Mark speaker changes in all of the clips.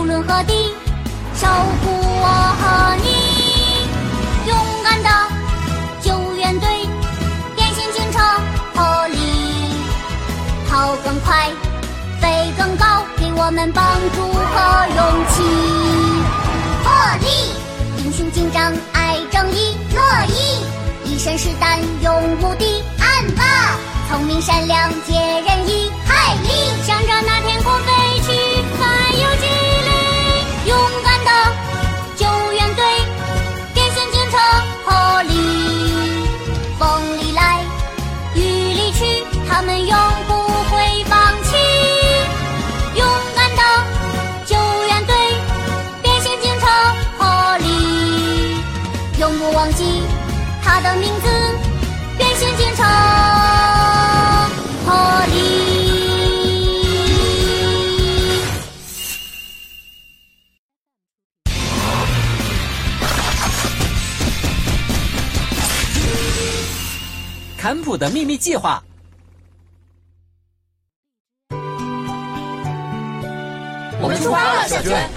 Speaker 1: 天和地，守护我和你。勇敢的救援队，变形警车破例，跑更快，飞更高，给我们帮助和勇气。破例，英雄警长爱正义，乐意一身是胆勇无敌，暗霸聪明善良解人意，海力向着那天空飞去，凡有几里，勇敢的救援队，变形警车破例，风里来，雨里去，他们永不会放弃，勇敢的救援队，变形警车破例，永不忘记他的名字，变形警车。破例。
Speaker 2: 坎普的秘密计划。我
Speaker 3: 我们出发了，小娟。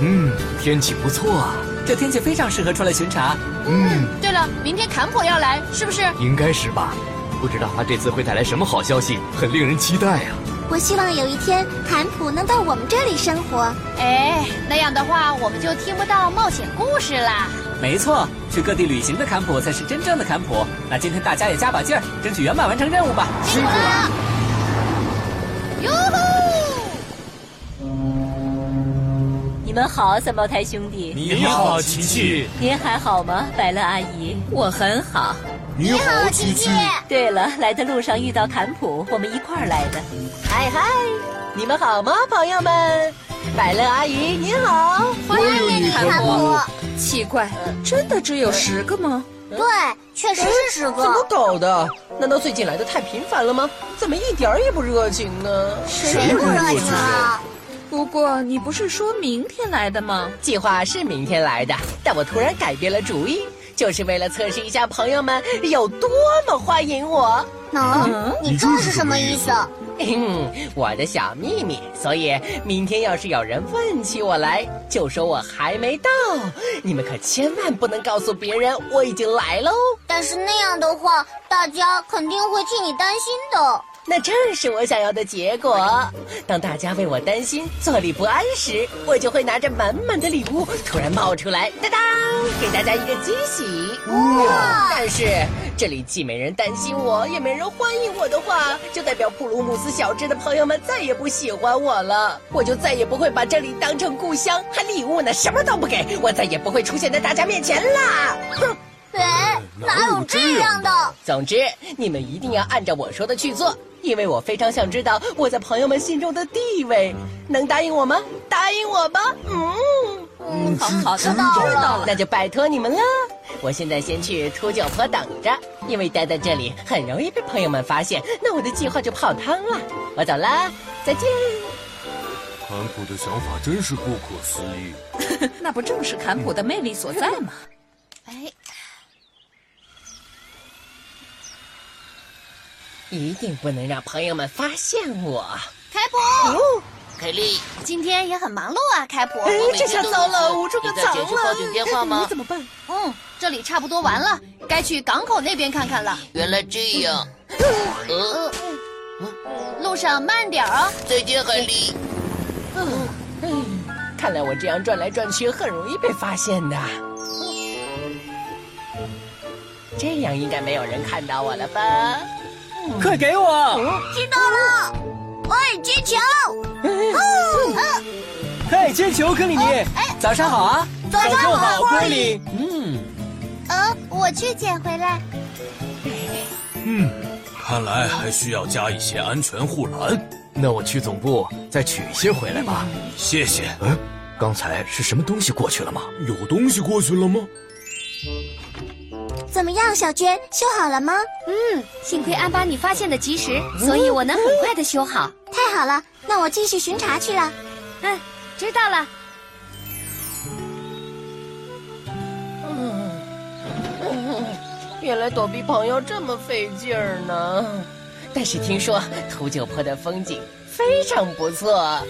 Speaker 4: 嗯，天气不错啊，
Speaker 2: 这天气非常适合出来巡查。
Speaker 4: 嗯，
Speaker 3: 对了，明天坎普要来，是不是？
Speaker 4: 应该是吧？不知道他这次会带来什么好消息，很令人期待啊。
Speaker 5: 我希望有一天坎普能到我们这里生活。
Speaker 3: 哎，那样的话，我们就听不到冒险故事啦。
Speaker 2: 没错，去各地旅行的坎普才是真正的坎普。那今天大家也加把劲儿，争取圆满完成任务吧。
Speaker 3: 辛苦了！哟吼！
Speaker 6: 你们好，三胞胎兄弟，
Speaker 4: 你好，琪琪。
Speaker 6: 您还好吗，百乐阿姨？我很好。
Speaker 4: 你好，琪琪。
Speaker 6: 对了，来的路上遇到坎普，我们一块儿来的。嗨嗨，你们好吗，朋友们？百乐阿姨您好，
Speaker 5: 欢迎你，坎普。
Speaker 7: 奇怪，真的只有十个吗？
Speaker 5: 对，确实是十
Speaker 8: 怎么
Speaker 5: 个。
Speaker 8: 搞的？难道最近来的太频繁了吗？怎么一点儿也不热情呢？
Speaker 5: 谁不热情啊？
Speaker 7: 不过你不是说明天来的吗？
Speaker 9: 计划是明天来的，但我突然改变了主意，就是为了测试一下朋友们有多么欢迎我。
Speaker 5: 能？嗯你这是什么意思？
Speaker 9: 嗯， 我的小秘密，所以明天要是有人问起我来，就说我还没到。你们可千万不能告诉别人我已经来喽，
Speaker 5: 但是那样的话，大家肯定会替你担心的。
Speaker 9: 那正是我想要的结果。当大家为我担心、坐立不安时，我就会拿着满满的礼物突然冒出来，当当，给大家一个惊喜。哇！但是这里既没人担心我，也没人欢迎我的话，就代表普鲁姆斯小镇的朋友们再也不喜欢我了。我就再也不会把这里当成故乡，还礼物呢，什么都不给，我再也不会出现在大家面前啦。哼！
Speaker 5: 哎，哪有这样的？
Speaker 9: 总之，你们一定要按照我说的去做，因为我非常想知道我在朋友们心中的地位。能答应我吗？答应我吧。嗯，
Speaker 5: 嗯，
Speaker 7: 好好的，知
Speaker 5: 道
Speaker 9: 那就拜托你们了。我现在先去秃鹫坡等着，因为待在这里很容易被朋友们发现，那我的计划就泡汤了。我走啦，再见。
Speaker 4: 坎普的想法真是不可思议。
Speaker 7: 那不正是坎普的魅力所在吗？
Speaker 3: 哎，
Speaker 9: 一定不能让朋友们发现我。
Speaker 3: 开普，
Speaker 9: 哦，
Speaker 10: 凯莉，
Speaker 3: 今天也很忙碌啊，开普。
Speaker 9: 哎，这下糟了，无处可
Speaker 10: 你在
Speaker 9: 藏
Speaker 10: 解决
Speaker 9: 了。
Speaker 10: 报警电话 吗
Speaker 9: 你怎么办？
Speaker 3: 嗯，这里差不多完了，该去港口那边看看了。
Speaker 10: 原来这样。呃，
Speaker 3: 路上慢点儿啊！
Speaker 10: 再见，海莉。
Speaker 9: 看来我这样转来转去很容易被发现的。这样应该没有人看到我了吧？
Speaker 2: 快给我！
Speaker 5: 知道了。喂，金球，
Speaker 2: 嘿，接球，格里尼！早上好啊！
Speaker 5: 早上好
Speaker 2: 格里。嗯，
Speaker 5: 呃，我去捡回来。
Speaker 4: 嗯，
Speaker 11: 看来还需要加一些安全护栏。
Speaker 4: 那我去总部再取一些回来吧。
Speaker 11: 谢谢。
Speaker 4: 嗯，刚才是什么东西过去了吗？
Speaker 11: 有东西过去了吗？
Speaker 5: 怎么样，小娟，修好了吗？
Speaker 3: 幸亏安巴你发现的及时，所以我能很快的修好。
Speaker 5: 太好了，那我继续巡查去了。
Speaker 3: 嗯，知道了。
Speaker 8: 原来躲避朋友这么费劲儿呢。
Speaker 9: 但是听说秃鹫坡的风景非常不错，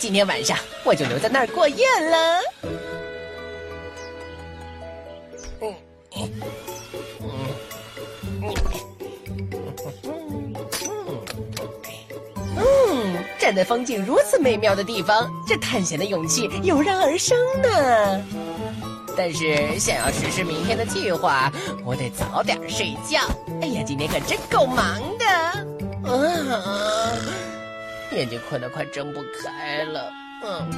Speaker 9: 今天晚上我就留在那儿过夜了。嗯嗯嗯，站在风景如此美妙的地方，这探险的勇气油然而生呢。但是想要实施明天的计划，我得早点睡觉。哎呀，今天可真够忙的，啊，眼睛困得快睁不开了。嗯，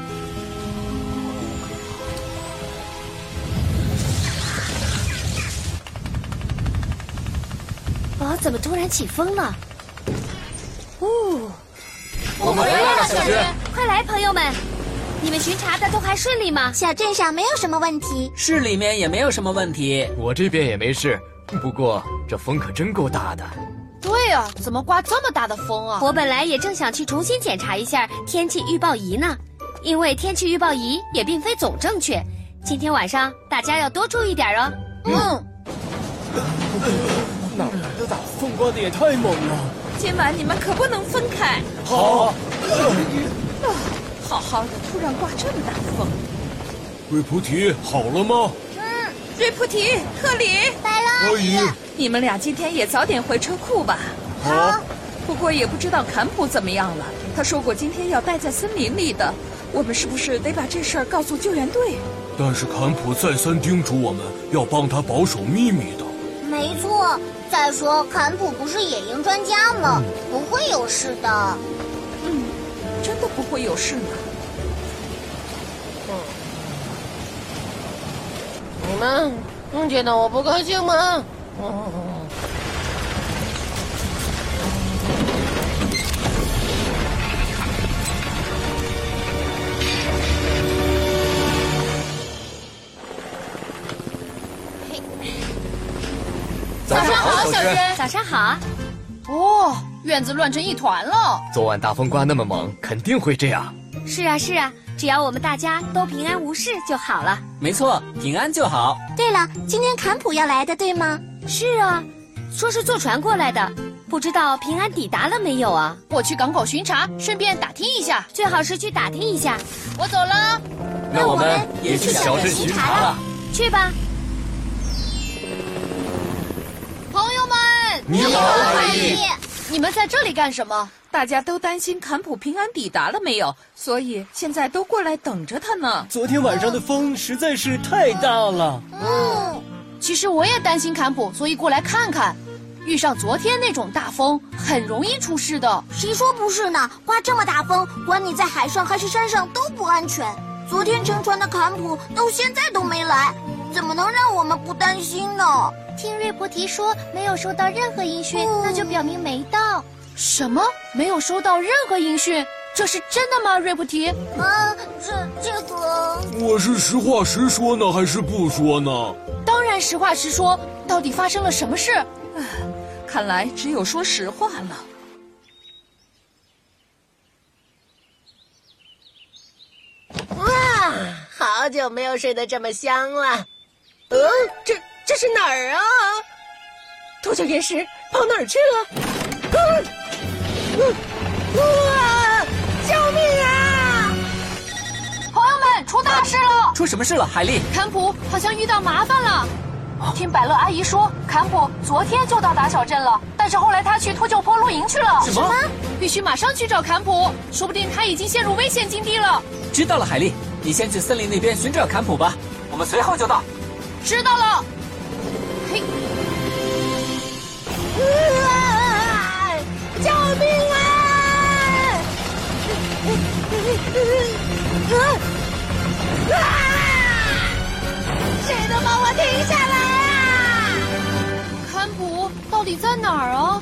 Speaker 12: 哦，怎么突然起风了？哦，
Speaker 13: 我们回来了小薛
Speaker 12: 快来，朋友们！你们巡查的都还顺利吗？
Speaker 5: 小镇上没有什么问题。
Speaker 4: 市里面也没有什么问题。
Speaker 14: 我这边也没事，不过这风可真够大的。
Speaker 6: 对
Speaker 3: 啊
Speaker 6: 呀、怎么刮这么大的风啊？
Speaker 12: 我本来也正想去重新检查一下天气预报仪呢，因为天气预报仪也并非总正确。今天晚上大家要多注意点哦。嗯，
Speaker 14: 哪来的大风？刮的也太猛了。
Speaker 6: 今晚你们可不能分开。
Speaker 14: 好，
Speaker 6: 啊，好好的，突然刮这么大风。
Speaker 13: 瑞菩提，好了吗？
Speaker 6: 瑞菩提、克里、
Speaker 5: 白了，
Speaker 13: 阿姨，
Speaker 6: 你们俩今天也早点回车库吧。
Speaker 13: 好。
Speaker 6: 不过也不知道坎普怎么样了，他说过今天要待在森林里的。我们是不是得把这事儿告诉救援队？
Speaker 13: 但是坎普再三叮嘱我们要帮他保守秘密的。
Speaker 5: 没错。再说，坎普不是野营专家吗？不会有事的。
Speaker 6: 嗯，真的不会有事吗？
Speaker 8: 你们，你觉得我不高兴吗？
Speaker 14: 早上好，小轩。
Speaker 12: 早上好。啊
Speaker 6: 哦，院子乱成一团了。
Speaker 14: 昨晚大风刮那么猛，肯定会这样。
Speaker 12: 是啊是啊，只要我们大家都平安无事就好了。
Speaker 4: 没错，平安就好。
Speaker 5: 对了，今天坎普要来的，对吗？
Speaker 12: 是啊，说是坐船过来的，不知道平安抵达了没有啊？
Speaker 6: 我去港口巡查，顺便打听一下。
Speaker 12: 最好是去打听一下。
Speaker 6: 我走了。
Speaker 14: 那我
Speaker 5: 们
Speaker 14: 也去小镇巡查了。
Speaker 12: 去吧。
Speaker 6: 朋友们，
Speaker 14: 你好，阿姨。
Speaker 6: 你们在这里干什么？大家都担心坎普平安抵达了没有，所以现在都过来等着他呢。
Speaker 15: 昨天晚上的风实在是太大了。
Speaker 5: 嗯，
Speaker 6: 其实我也担心坎普，所以过来看看。遇上昨天那种大风，很容易出事的。
Speaker 5: 谁说不是呢？刮这么大风，管你在海上还是山上都不安全。昨天乘船的坎普到现在都没来，怎么能让我们不担心呢？
Speaker 1: 听瑞菩提说没有收到任何音讯，
Speaker 6: 哦
Speaker 1: 那就表明没到。
Speaker 6: 什么？没有收到任何音讯？这是真的吗，瑞菩提？
Speaker 5: 嗯，这这个，
Speaker 13: 我是实话实说呢，还是不说呢？
Speaker 6: 当然，实话实说，到底发生了什么事？看来只有说实话了。
Speaker 9: 哇，好久没有睡得这么香了。嗯，这这是哪儿啊？秃鹫岩石跑哪儿去了？啊！啊哇！救命啊！
Speaker 3: 朋友们，出大事了！
Speaker 4: 出什么事了，海丽？
Speaker 3: 坎普好像遇到麻烦了。听百乐阿姨说，坎普昨天就到达小镇了，但是后来他去秃鹫坡露营去了。
Speaker 4: 什么？
Speaker 3: 必须马上去找坎普，说不定他已经陷入危险境地了。
Speaker 4: 知道了，海丽，你先去森林那边寻找坎普吧，我们随后就到。
Speaker 3: 知道了。嘿，
Speaker 9: 啊！救命啊！啊！谁能帮我停下来啊？
Speaker 3: 坎普到底在哪儿啊？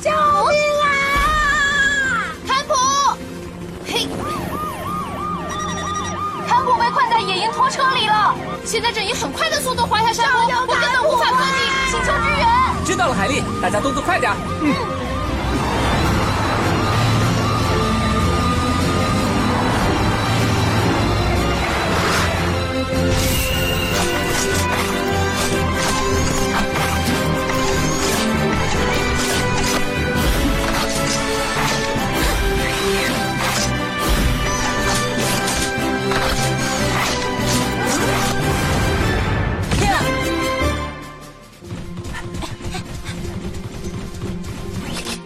Speaker 9: 救命啊！
Speaker 3: 坎普，嘿，坎普被困在野营拖车里了，现在正以很快的速度滑下山坡，我根本无法落地，请求支援。
Speaker 4: 知道了，海丽，大家动作快点儿。嗯，
Speaker 9: 啊！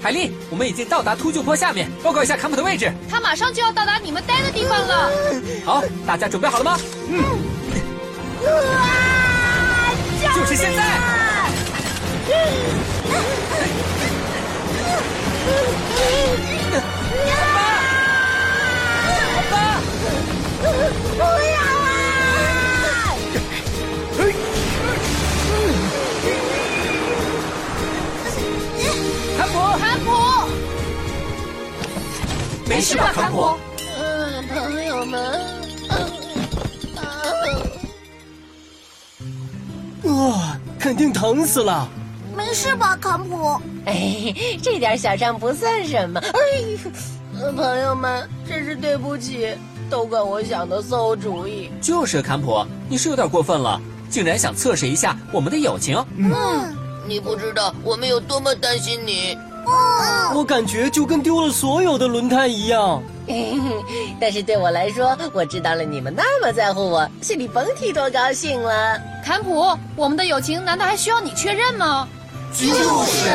Speaker 4: 海莉，我们已经到达秃鹫坡下面，报告一下坎普的位置。
Speaker 16: 他马上就要到达你们待的地方了。
Speaker 4: 好，大家准备好了吗？嗯。就是现在。
Speaker 5: 不要啊！
Speaker 4: 坎普，
Speaker 16: 坎普，
Speaker 4: 没事吧，坎普？
Speaker 5: 嗯，朋友们，
Speaker 15: 哇，肯定疼死了！
Speaker 5: 没事吧，坎普？
Speaker 9: 哎，这点小伤不算什么。哎
Speaker 3: 呦，朋友们，真是对不起，都怪我想的馊主意。
Speaker 4: 就是坎普，你是有点过分了，竟然想测试一下我们的友情。
Speaker 5: 嗯，
Speaker 10: 你不知道我们有多么担心你。
Speaker 15: 我感觉就跟丢了所有的轮胎一样。
Speaker 9: 哎但是对我来说，我知道了你们那么在乎我，心里甭提多高兴了。
Speaker 16: 坎普，我们的友情难道还需要你确认吗？
Speaker 5: 就是。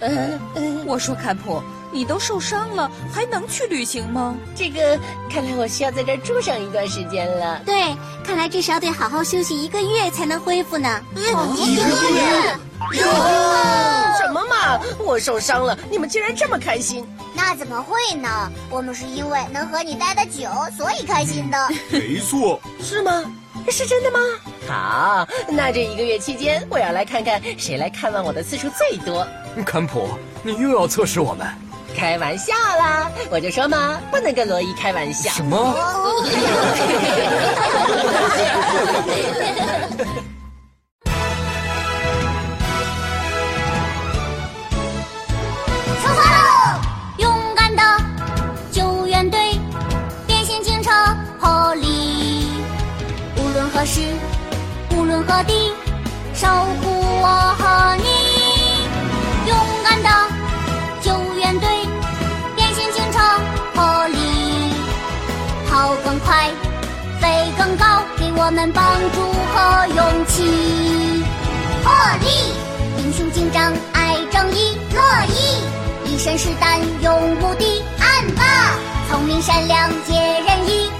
Speaker 6: 嗯嗯，我说坎普，你都受伤了，还能去旅行吗？
Speaker 9: 这个看来我需要在这儿住上一段时间了。
Speaker 5: 对，看来至少得好好休息一个月才能恢复呢。
Speaker 3: 哦一个月？哟，什么嘛！我受伤了，你们竟然这么开心？
Speaker 5: 那怎么会呢？我们是因为能和你待得久，所以开心的。
Speaker 13: 没错，
Speaker 3: 是吗？是真的吗？
Speaker 9: 好，那这一个月期间，我要来看看谁来看望我的次数最多。
Speaker 14: 嗯坎普，你又要测试我们？
Speaker 9: 开玩笑啦，我就说嘛，不能跟罗伊开玩笑。
Speaker 14: 什么？
Speaker 1: 出发喽！勇敢的救援队，变形警车破例，无论何时，无论何地，守护我和你。勇敢的救援队，变形警车破例，跑更快，飞更高，给我们帮助和勇气。破例，英雄警长爱正义，乐意。一身是胆，勇无敌，暗霸，聪明善良解人意，